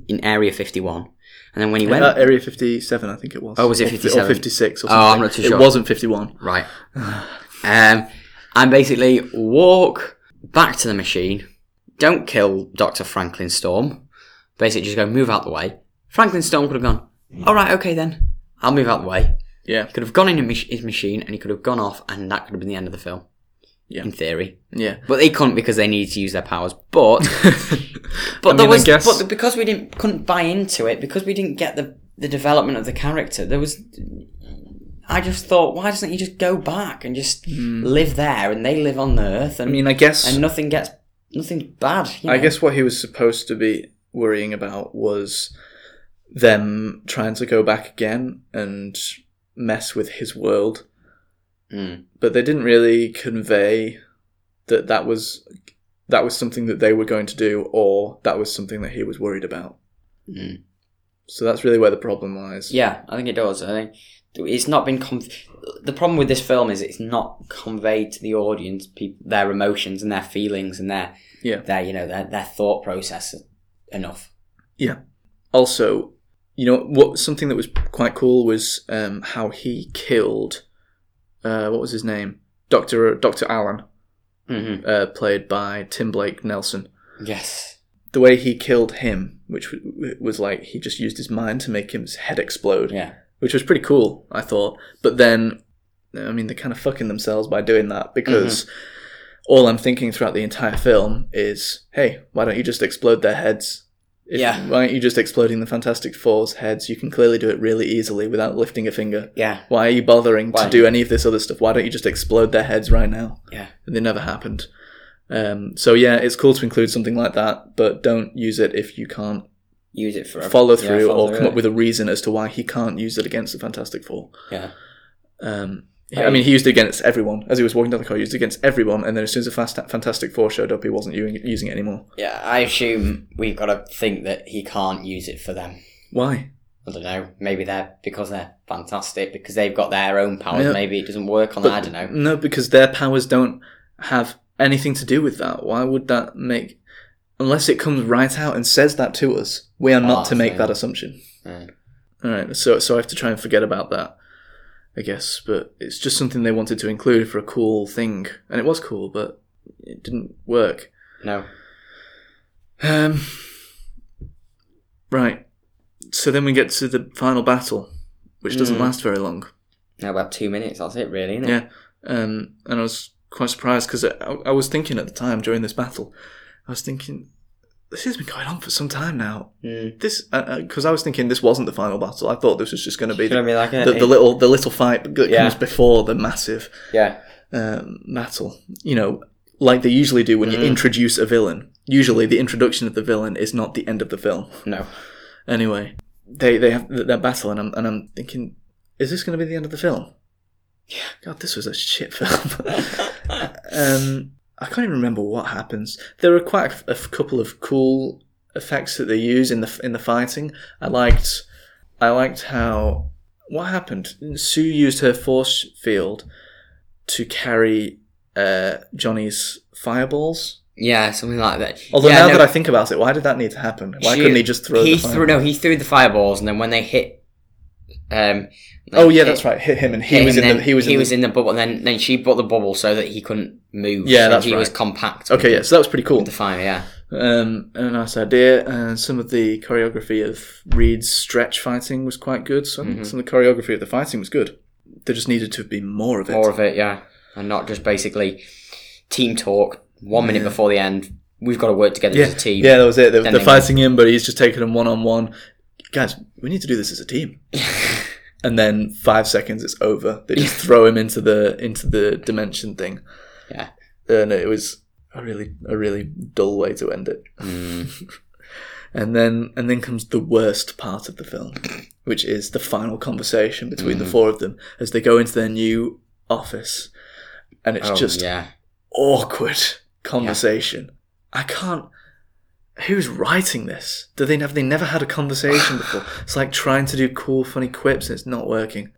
in Area 51, and then when he went.
Uh, Area 57, I think it was.
Oh, was it
Or fi- Or,
57?
56 or
Oh,
something.
I'm not too sure.
It wasn't 51.
Right. um, and basically walk back to the machine. Don't kill Dr. Franklin Storm. Basically, just go move out the way. Franklin Storm could have gone, all right, okay then, I'll move out the way.
Yeah,
He could have gone in his mach- his machine and he could have gone off, and that could have been the end of the film.
Yeah.
In theory.
yeah.
But they couldn't because they needed to use their powers. But
I
but
mean,
there
I
was
guess-
but because we didn't couldn't buy into it because we didn't get the the development of the character. There was I just thought why doesn't he just go back and just live there and they live on the earth and
Hmm. I mean, I guess
and nothing gets nothing bad. you
I
know?
guess what he was supposed to be worrying about was them trying to go back again and mess with his world.
Mm.
But they didn't really convey that that was that was something that they were going to do or that was something that he was worried about.
Mm.
So that's really where the problem lies.
Yeah, I think it does. I think it's not been conv- the problem with this film is it's not conveyed to the audience people their emotions and their feelings and their
Yeah.
their you know their, their thought process enough.
Also, you know what something that was quite cool was um, how he killed uh, what was his name? uh, Dr. Dr. Allen,
Mm-hmm.
uh, played by Tim Blake Nelson.
Yes.
the way he killed him, which w- was like he just used his mind to make his head explode,
Yeah.
which was pretty cool, I thought. But then, I mean, they're kind of fucking themselves by doing that because
Mm-hmm.
all I'm thinking throughout the entire film is, hey, why don't you just explode their heads?
Yeah.
Why aren't you just exploding the Fantastic Four's heads? You can clearly do it really easily without lifting a finger.
Yeah.
Why are you bothering
Why?
to do any of this other stuff? Why don't you just explode their heads right now?
Yeah.
And they never happened. Um, so yeah, it's cool to include something like that, but don't use it if you can't
Use it for a-
follow
yeah,
through or come
through.
up with a reason as to why he can't use it against the Fantastic Four.
yeah.
Um,
Right.
I mean, he used it against everyone as he was walking down the corridor. He used it against everyone, and then as soon as the Fast- Fantastic Four showed up, he wasn't u- using it anymore.
Yeah. I assume we've got to think that he can't use it for them.
Why?
I don't know. Maybe they're because they're fantastic because they've got their own powers.
Yeah.
Maybe it doesn't work on.
But-
I don't know.
No, because their powers don't have anything to do with that. Why would that make? Unless it comes right out and says that to us, we are not
Ah,
to make
so-
that assumption.
Yeah.
All right, so so I have to try and forget about that, I guess. But it's just something they wanted to include for a cool thing, and it was cool, but it didn't work.
No.
Um, right. So then we get to the final battle, which doesn't
Mm.
last very long.
No. About two minutes. That's it, really. Isn't it?
Yeah, um, and I was quite surprised because I, I was thinking at the time during this battle, I was thinking this has been going on for some time now.
Mm.
This because I was thinking this wasn't the final battle. I thought this was just going to be
Gonna
the,
be like a-
the, the little the little fight that
Yeah.
comes before the massive
yeah.
um, battle. You know, like they usually do when you introduce a villain. Usually, the introduction of the villain is not the end of the film.
No. (laughs)
Anyway, they they have their battle, and I'm and I'm thinking, is this going to be the end of the film? Yeah, God, this was a shit (laughs) film. um, I can't even remember what happens. There are quite a, f- a couple of cool effects that they use in the f- in the fighting. I liked, I liked how what happened. Sue used her force field to carry uh, Johnny's fireballs.
Yeah. Something like that.
Although
yeah,
now
no,
that I think about it, why did that need to happen? Why
she-
couldn't he just throw?
He
the
threw. No. He threw the fireballs, and then when they hit. Um.
Oh yeah,
hit-
that's right. Hit him, and he
hit
was
him,
in
then
the he was in the-
bubble, and then then she brought the bubble so that he couldn't move.
Yeah,
so
that's
he was
right.
compact.
Okay, yeah, so that was pretty cool.
with the fire. Yeah,
Um, a nice idea, and some of the choreography of Reed's stretch fighting was quite good. Some,
Mm-hmm.
some of the choreography of the fighting was good. There just needed to be more of it.
more of it. Yeah, and not just basically team talk. One minute before the end, we've got to work together
yeah,
as a team. (laughs)
yeah, that was it. They, they're
they-
fighting him, but he's just taking him one on one. Guys, we need to do this as a team. and then five seconds, it's over. They
(laughs)
just throw him into the into the dimension thing.
Yeah.
and it was a really a really dull way to end it.
Mm,
and then and then comes the worst part of the film, which is the final conversation between
Mm.
the four of them as they go into their new office, and it's
Oh,
just
yeah.
awkward conversation. I can't. Who's writing this? Do
(sighs)
they have they never had a conversation before? It's like trying to do cool, funny quips and it's not working.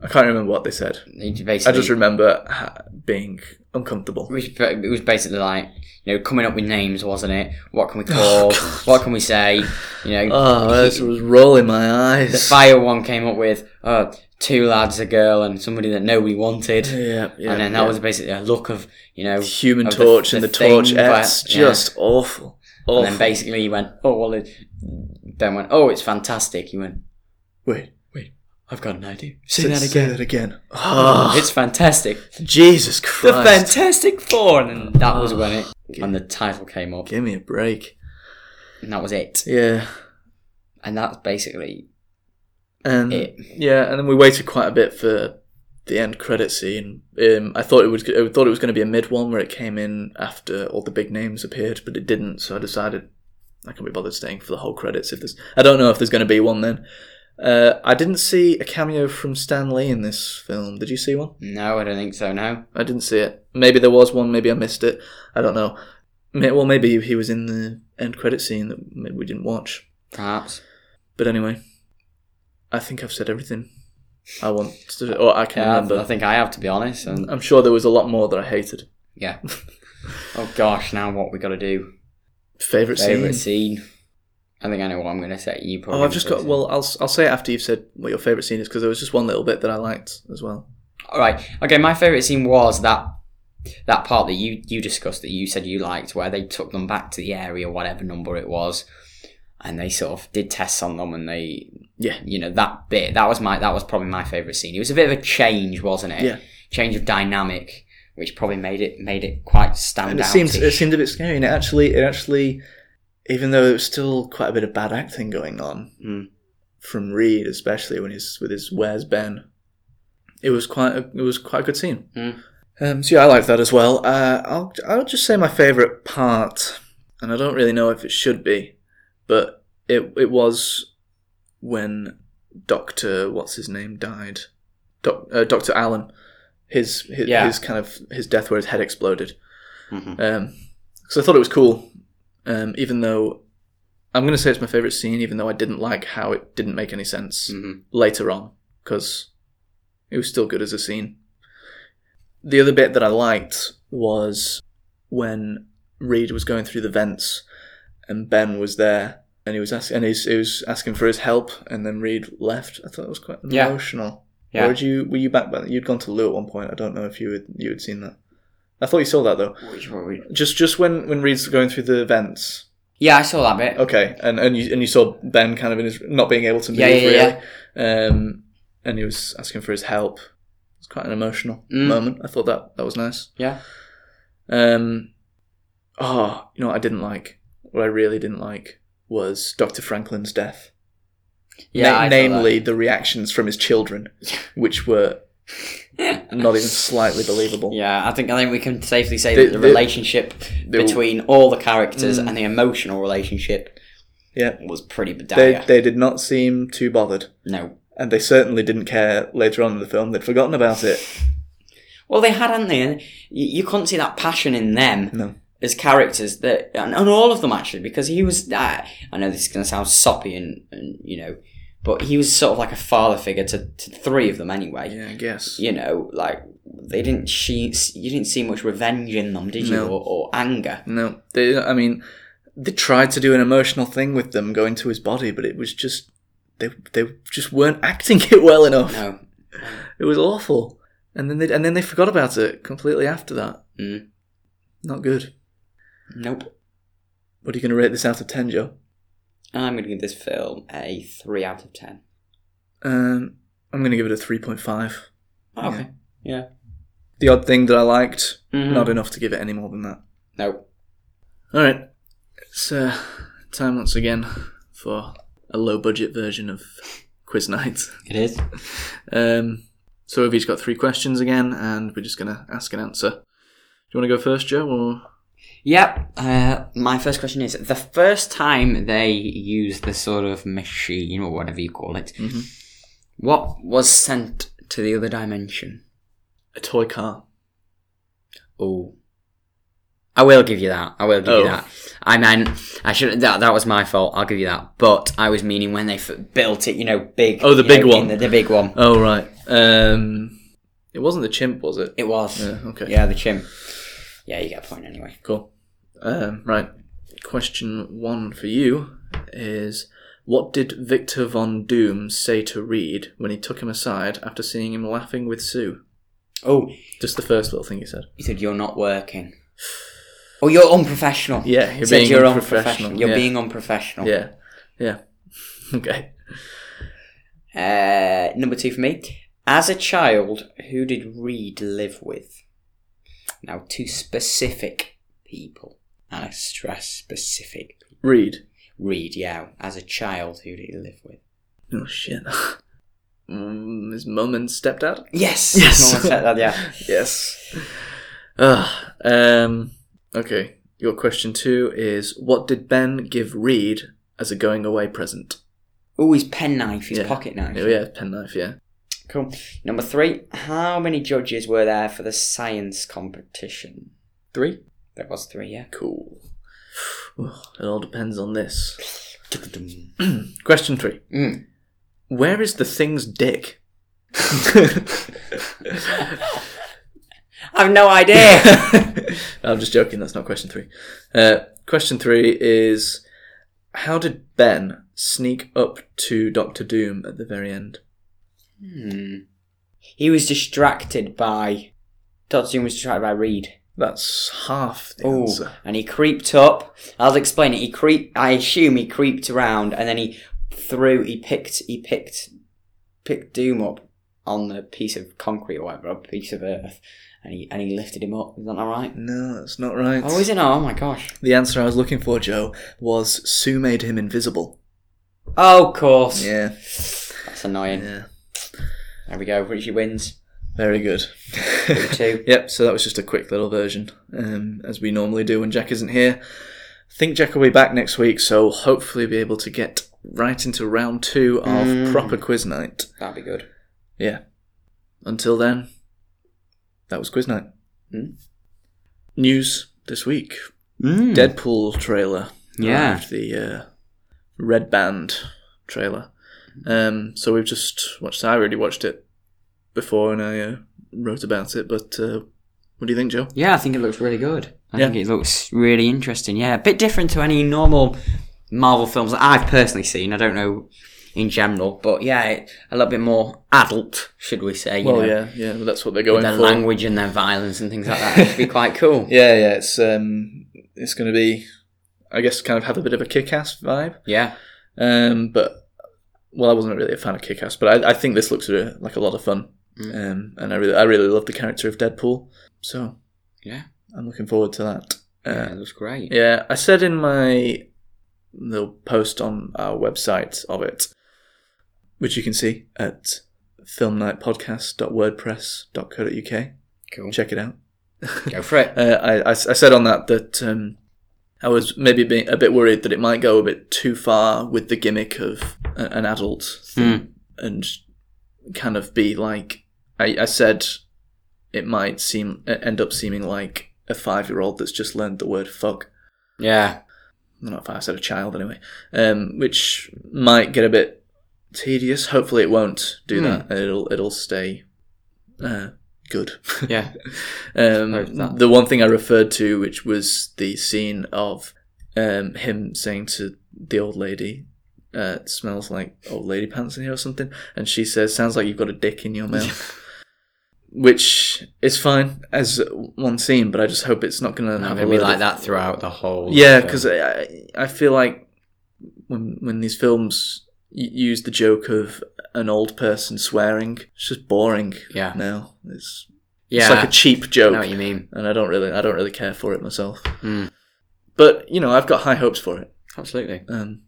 I can't remember what they said.
He just
I
basically,
just remember ha- being uncomfortable.
it was, it was basically like you know coming up with names, wasn't it? What can we call? what can we say? You know,
Oh, this was rolling my eyes.
fire one came up with uh, two lads, a girl, and somebody that nobody wanted.
Yeah, yeah.
and then that
yeah.
was basically a look of you know
Human
of the-
Torch
the
and the
thing,
Torchettes.
but- yeah.
Just awful.
and
Awful.
then basically he went oh well it, then went oh it's fantastic he went
Wait,
I've got an idea
say,
say that
Say
again
that again.
Ah,
it's fantastic
Jesus
the
Christ.
Fantastic Four and then that was when it
(sighs)
and the title came up
Give me a break.
and that was it
Yeah.
and that's basically
And
It.
yeah, and then we waited quite a bit for the end credit scene. Um, I thought it was I thought it was going to be a mid one where it came in after all the big names appeared, but it didn't. So I decided I can't be bothered staying for the whole credits. If there's, I don't know if there's going to be one then. Uh, I didn't see a cameo from Stan Lee in this film. Did you see one?
no I don't think so no
I didn't see it. Maybe there was one. Maybe I missed it. I don't know. May- Well, maybe he was in the end credit scene that maybe we didn't watch.
perhaps
But anyway, I think I've said everything I want to, or I can
yeah, I,
remember.
think I have to be honest and
I'm sure there was a lot more that I hated. (laughs)
yeah oh gosh now what we gotta do
Favorite,
favorite
scene.
scene. I think I know what I'm going to say. You probably.
Oh, I've just
know
got. Well, I'll I'll say it after you've said what your favorite scene is because there was just one little bit that I liked as well.
All right. Okay. My favorite scene was that that part that you you discussed that you said you liked, where they took them back to the area, whatever number it was, and they sort of did tests on them, and they
Yeah.
you know that bit that was my that was probably my favorite scene. It was a bit of a change, wasn't it?
Yeah.
Change of dynamic, which probably made it made it quite stand
And it
out.
seemed it seemed a bit scary, and it actually it actually, even though it was still quite a bit of bad acting going on
Mm.
from Reed, especially when he's with his "Where's Ben," it was quite a, it was quite a good scene.
Mm.
Um, so yeah, I like that as well. Uh, I'll I'll just say my favourite part, and I don't really know if it should be, but it it was when Doctor what's his name died, Doc, uh, Doctor Allen, his his,
Yeah.
his kind of his death where his head exploded
Mhm.
um, because I thought it was cool. Um, even though I'm going to say it's my favorite scene, even though I didn't like how it didn't make any sense
Mhm.
later on, because it was still good as a scene. The other bit that I liked was when Reed was going through the vents, and Ben was there, and he was asking, and he's, he was asking for his help, and then Reed left. I thought it was quite
Yeah.
emotional.
Yeah.
Or did you were you back? by- You'd gone to Lou at one point. I don't know if you had you had seen that. I thought you saw that though.
Which one we-
Just just when when Reed's going through the vents.
Yeah, I saw that bit.
Okay, and and you and you saw Ben kind of in his not being able to move
Yeah, yeah,
really, um, and he was asking for his help. It's quite an emotional
Mm.
moment. I thought that that was nice.
Yeah.
Um, oh, you know what I didn't like? What I really didn't like was Doctor Franklin's death.
Yeah.
Na-
I saw that.
namely the reactions from his children, which
(laughs)
were not even slightly believable.
Yeah, I think I think we can safely say
The-
that the,
the-
relationship
the-
between all the characters and the emotional relationship
Yeah.
was pretty
They
dire.
they did not seem too bothered.
no.
and they certainly didn't care later on in the film. They'd forgotten about it.
Well, they had, hadn't they? And you, you couldn't see that passion in them
No.
as characters that, and, and all of them actually, because he was. I, I know this is going to sound soppy and, and you know, but he was sort of like a father figure to, to three of them anyway.
Yeah, I guess.
You know, like they didn't. She, you didn't see much revenge in them, did you,
No.
or, or anger?
No, they. I mean, they tried to do an emotional thing with them going to his body, but it was just they they just weren't (laughs) acting it well enough.
No.
It was awful. And then they and then they forgot about it completely after that.
Mm.
Not good.
Nope.
What are you going to rate this out of ten, Joe?
I'm going to give this film a 3 out of 10.
Um, I'm going to give it a three point five.
Okay. Yeah.
The odd thing that I liked,
Mhm.
not enough to give it any more than that.
Nope.
All right, it's uh, time once again for a low-budget version of quiz night.
It is.
Um, so we've each got three questions again, and we're just gonna ask and answer. Do you want to go first, Joe? Or
Yep. Uh, my first question is the first time they used the sort of machine or whatever you call it,
Mm-hmm.
what was sent to the other dimension?
a toy car?
Oh. I will give you that. I will give
Oh.
you that. I meant I should. That that was my fault. I'll give you that. But I was meaning when they f- built it, you know, big.
Oh, the
you
big
know,
one. (laughs)
in the, the big one.
Oh right, Um, it wasn't the chimp, was it?
It was.
Yeah, okay.
Yeah, the chimp. Yeah, you get a point anyway.
Cool. Um, right. Question one for you is what did Victor Von Doom say to Reed when he took him aside after seeing him laughing with Sue?
Oh,
Just the first little thing he said.
he said you're not working. Oh, you're unprofessional.
Yeah, you're
He said
being
you're
unprofessional.
You're
Yeah.
being unprofessional.
Yeah. Yeah. (laughs) okay.
Uh, number two for me. As a child, who did Reed live with? Now, two specific people. And I stress specific.
Reed.
Reed, yeah. As a child, who did he live with?
Oh, shit.
(laughs)
Mm, His mum and stepdad?
Yes.
(laughs) Yes.
Someone said that, yeah.
Yes. Ugh. um, okay. Your question two is what did Ben give Reed as a going away present?
Oh, his pen knife, his
Yeah.
pocket knife.
Oh, yeah, penknife, yeah.
Cool. Number three. How many judges were there for the science competition?
Three?
There was three, yeah.
Cool. Well, it all depends on this. Question three.
Mm.
Where is the thing's
(laughs)
dick?
I've
(laughs)
no idea.
I'm just joking, that's not question three. Uh, question three is How did Ben sneak up to Doctor Doom at the very end?
hmm. He was distracted by. Dr. Doom was distracted by Reed.
That's half the
Oh,
answer.
and he creeped up. I'll explain it. He creep. I assume he creeped around, and then he threw. He picked. He picked. Picked Doom up on the piece of concrete or whatever, a piece of earth, and he and he lifted him up. Is that all right?
No, that's not right.
Oh, is it? not? Oh my gosh.
The answer I was looking for, Joe, was Sue made him invisible.
Oh, of course.
Yeah.
That's annoying.
Yeah.
There we go. Richie wins.
Very good.
Two.
(laughs) Yep, so that was just a quick little version, um, as we normally do when Jack isn't here. I think Jack will be back next week, so hopefully be able to get right into round two of
Mm.
proper quiz night.
That'd be good.
Yeah. Until then, that was quiz night.
Mm.
News this week: Deadpool trailer.
Hmm. Yeah.
arrived, the uh, Red Band trailer. Um, so we've just watched. I already watched it before, and I uh, wrote about it. But uh, what do you think, Joe?
Yeah, I think it looks really good. I
Yeah.
think it looks really interesting. Yeah, a bit different to any normal Marvel films that I've personally seen. I don't know in general, but yeah, it, a little bit more adult, should we say? You
Well,
know,
yeah, yeah, that's what they're going
their
for.
language and their violence and things like that. It'd be quite cool.
(laughs) Yeah, yeah, it's um, it's going to be, I guess, kind of have a bit of a kick-ass vibe.
Yeah.
Um, but well, I wasn't really a fan of kick-ass, but I, I think this looks uh like a lot of fun. Um, and I really, I really love the character of Deadpool, so
Yeah.
I'm looking forward to that.
Yeah,
Uh,
it looks great.
yeah, I said in my little post on our website of it, which you can see at filmnightpodcast.wordpress.co.uk.
Cool.
Check it out.
Go for it.
Uh, I, I, I said on that that um, I was maybe being a bit worried that it might go a bit too far with the gimmick of a, an adult thing and kind of be like I, I said it might seem e- end up seeming like a five year old that's just learned the word fuck.
Yeah.
Well, Not five, I said a child anyway, um, which might get a bit tedious. Hopefully, it won't do
Hmm.
that. It'll it'll stay uh, good. (laughs)
Yeah. Suppose
Um,
that-
the one thing I referred to, which was the scene of um, him saying to the old lady, uh, it "Smells like old lady pants in here" or something, and she says, "Sounds like you've got a dick in your
(laughs)
mouth," which is fine as one scene, but I just hope it's not going to
Not
have
gonna
a
be
load
like
of-
that throughout the whole.
Yeah,
film.
because I I feel like when when these films y- use the joke of an old person swearing, it's just boring.
Yeah.
now it's
yeah,
it's like a cheap
I
joke
know what you mean.
and I don't really I don't really care for it myself.
Mm.
But you know, I've got high hopes for it.
Absolutely.
Um,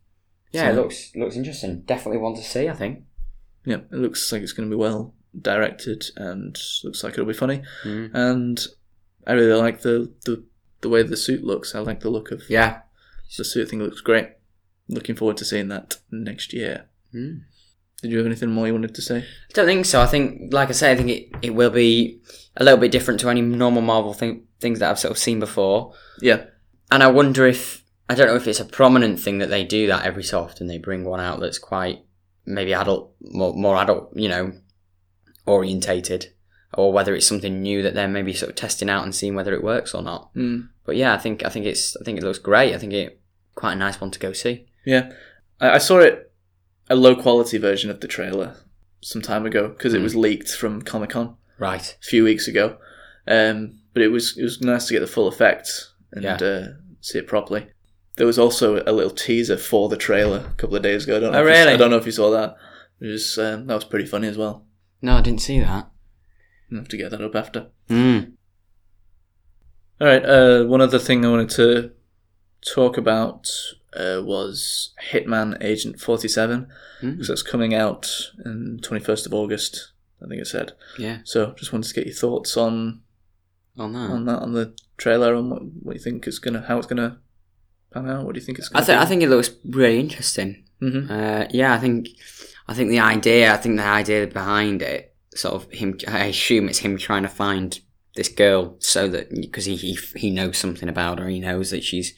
Yeah, it
So-
looks looks interesting. Definitely one to see. I think.
yeah, it looks like it's going to be well directed and looks like it'll be funny.
Mm.
And I really like the the, the way the suit looks. I like the look of
Yeah.
the suit. I think it looks great. Looking forward to seeing that next year.
Mm.
Did you have anything more you wanted to say?
I don't think so. I think, like I say, I think it, it will be a little bit different to any normal Marvel thing, things that I've sort of seen before.
Yeah,
And I wonder if I don't know if it's a prominent thing that they do that every so often. They bring one out that's quite maybe adult, more, more adult, you know, orientated, or whether it's something new that they're maybe sort of testing out and seeing whether it works or not.
Mm.
But yeah, I think I think it's I think it looks great. I think it quite a nice one to go see.
Yeah, I, I saw it a low quality version of the trailer some time ago because it was leaked from Comic Con
Right.
a few weeks ago. Um, but it was it was nice to get the full effect and
Yeah.
uh, see it properly. There was also a little teaser for the trailer a couple of days ago. I don't know
Oh,
if you-
really?
I don't know if you saw that. It was um, that was pretty funny as well.
No, I didn't see that.
I'll have to get that up after.
Mm.
All right. Uh, one other thing I wanted to talk about uh, was Hitman Agent Forty Seven,
Mm.
because that's coming out on twenty first of August. I think it said.
Yeah.
So just wanted to get your thoughts on
On that.
on that on the trailer and what, what you think it's gonna how it's gonna pan out. What do you think it's
I
gonna?
think I think it looks really interesting.
Mm-hmm.
Uh, yeah, I think I think the idea, I think the idea behind it, sort of him. I assume it's him trying to find this girl so that because he, he he knows something about her. He knows that she's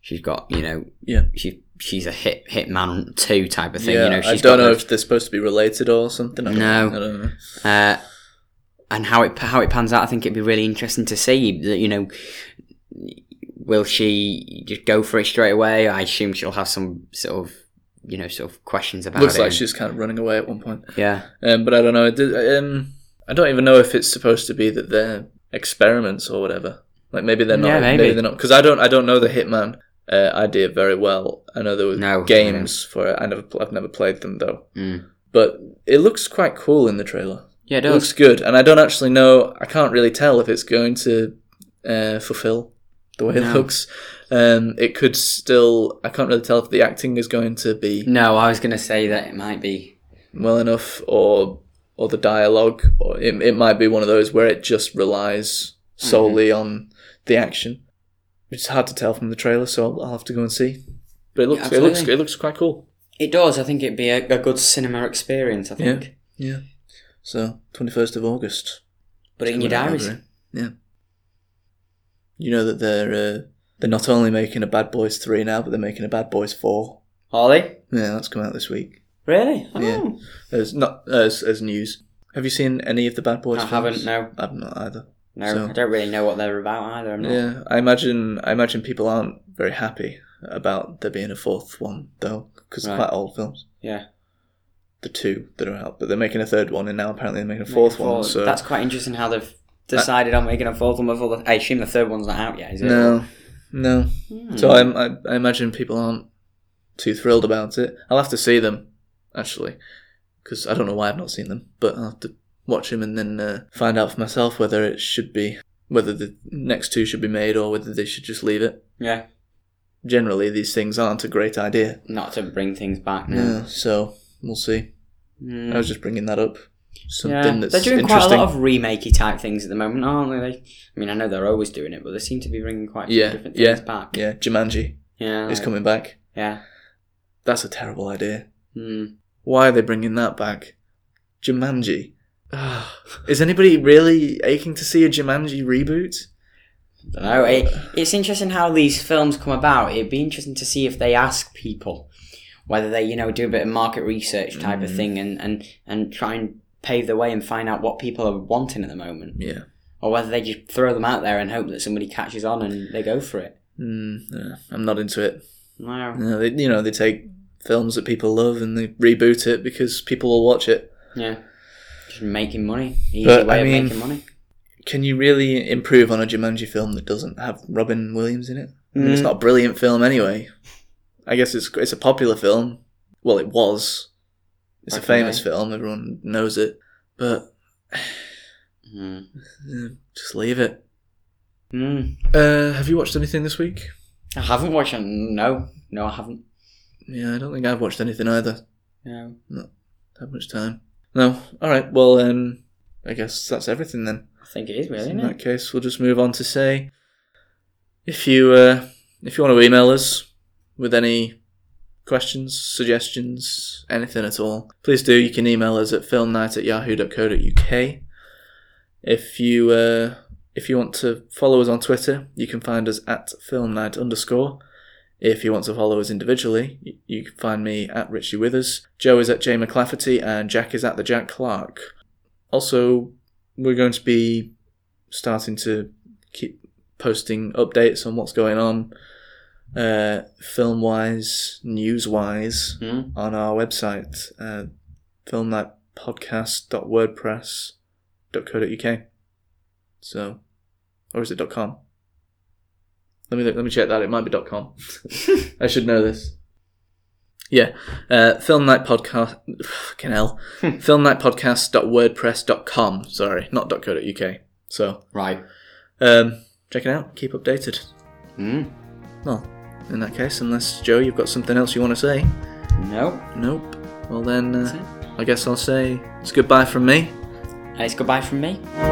she's got you know
Yeah.
she she's a hit hitman two type of thing.
yeah,
you know,
I
she's
don't
got
know
the-
if they're supposed to be related or something. I don't,
No.
I don't know.
uh, and how it how it pans out, I think it'd be really interesting to see. That you know, will she just go for it straight away? I assume she'll have some sort of you know sort of questions about
Looks
it.
like
and-
she's kind of running away at one point.
yeah.
Um, but I don't know. It did- um, I don't even know if it's supposed to be that they're experiments or whatever. Like maybe they're not.
Yeah,
maybe.
maybe.
they're not because I don't. I don't know the Hitman uh, idea very well. I know there were
No, I
games for it. I never. pl- I've never played them though.
Mm.
But it looks quite cool in the trailer.
Yeah, it
It looks good, and I don't actually know. I can't really tell if it's going to uh, fulfill the way it
No.
looks. Um, it could still. I can't really tell if the acting is going to be
No, I was going to say that it might be.
well enough, or or the dialogue. Or it, it might be one of those where it just relies
Mm-hmm.
solely on the action. It's hard to tell from the trailer, so I'll, I'll have to go and see. But it looks it looks
absolutely.
it looks quite cool.
It does. I think it'd be a, a good cinema experience. I think.
Yeah. Yeah. So twenty first of August.
But in your diaries.
Yeah. You know that they're uh, they're not only making a Bad Boys three now, but they're making a Bad Boys four.
Are they?
Yeah, that's come out this week.
Really? Oh.
Yeah. As not as as news. Have you seen any of the Bad Boys?
I
films?
haven't, no.
I've not either.
No,
So-
I don't really know what they're about either. I'm not.
Yeah, I imagine I imagine people aren't very happy about there being a fourth one though, because
Right.
they're quite old films.
Yeah.
The two that are out, but they're making a third one, and now apparently they're making a fourth one. So
That's quite interesting how
Uh,
they've decided on making a fourth one before. The, I assume the third one's not out yet. Is it?
no, no.
Hmm.
So I'm, I, I imagine people aren't too thrilled about it. I'll have to see them, actually, because I don't know why I've not seen them, but I'll have to watch them and then uh, find out for myself whether it should be, whether the next two should be made or whether they should just leave it.
Yeah.
Generally, these things aren't a great idea.
Not to bring things back now.
Yeah, so we'll see.
Hmm.
I was just bringing that up. Something
Yeah,
that's
they're doing quite a
interesting.
lot of remakey type things at the moment, aren't they? they? I mean, I know they're always doing it, but they seem to be bringing quite a few
Yeah,
different
yeah,
things back.
yeah, Jumanji
yeah,
is
like-
coming back.
Yeah,
That's a terrible idea.
Hmm.
Why are they bringing that back?
(sighs)
Jumanji. Ugh. Is anybody really aching to see a Jumanji reboot?
don't know. It, it's interesting how these films come about. It'd be interesting to see if they ask people whether they, you know, do a bit of market research type
Hmm.
of thing and, and, and try and pave the way and find out what people are wanting at the moment.
Yeah.
Or whether they just throw them out there and hope that somebody catches on and they go for it.
Mm, yeah, I'm not into it.
No.
No, they, you know, they take films that people love and they reboot it because people will watch it.
Yeah. Just making money. Easy
But,
way
I mean-
of making money.
Can you really improve on a Jumanji film that doesn't have Robin Williams in it? I mean, it's
Mm.
not a brilliant film anyway. I guess it's it's a popular film. Well, it was. It's a
Back in the
famous
day.
film. Everyone knows it. But
Mm.
eh, just leave it.
Mm.
Uh, have you watched anything this week?
I haven't watched it. No. No, I haven't.
Yeah, I don't think I've watched anything either.
No.
That much time. No. All right. Well, um, I guess that's everything then.
I think it is really,
In
isn't
that
it?
case, we'll just move on to say, if you uh, if you want to email us with any questions, suggestions, anything at all, please do. You can email us at filmnight at yahoo.co.uk. If you uh, if you want to follow us on Twitter, you can find us at filmnight underscore. If you want to follow us individually, y- you can find me at Richie Withers. Joe is at Jay McClafferty and Jack is at the Jack Clark. Also, we're going to be starting to keep posting updates on what's going on, uh, film wise, news wise,
Mm.
on our website, uh, filmnightpodcast.wordpress.co.uk. So, or is it .com? Let me look, let me check that. It might be .com. (laughs) I should know this. Yeah, uh, film night podcast. Fucking hell, film night podcast.wordpress.com. Sorry, not .co.uk. So,
Right.
um, check it out. Keep updated.
Mm.
Well, in that case, unless Joe, you've got something else you want to say.
No.
Nope. Well then,
it.
uh, I guess I'll say it's goodbye from me.
And it's goodbye from me.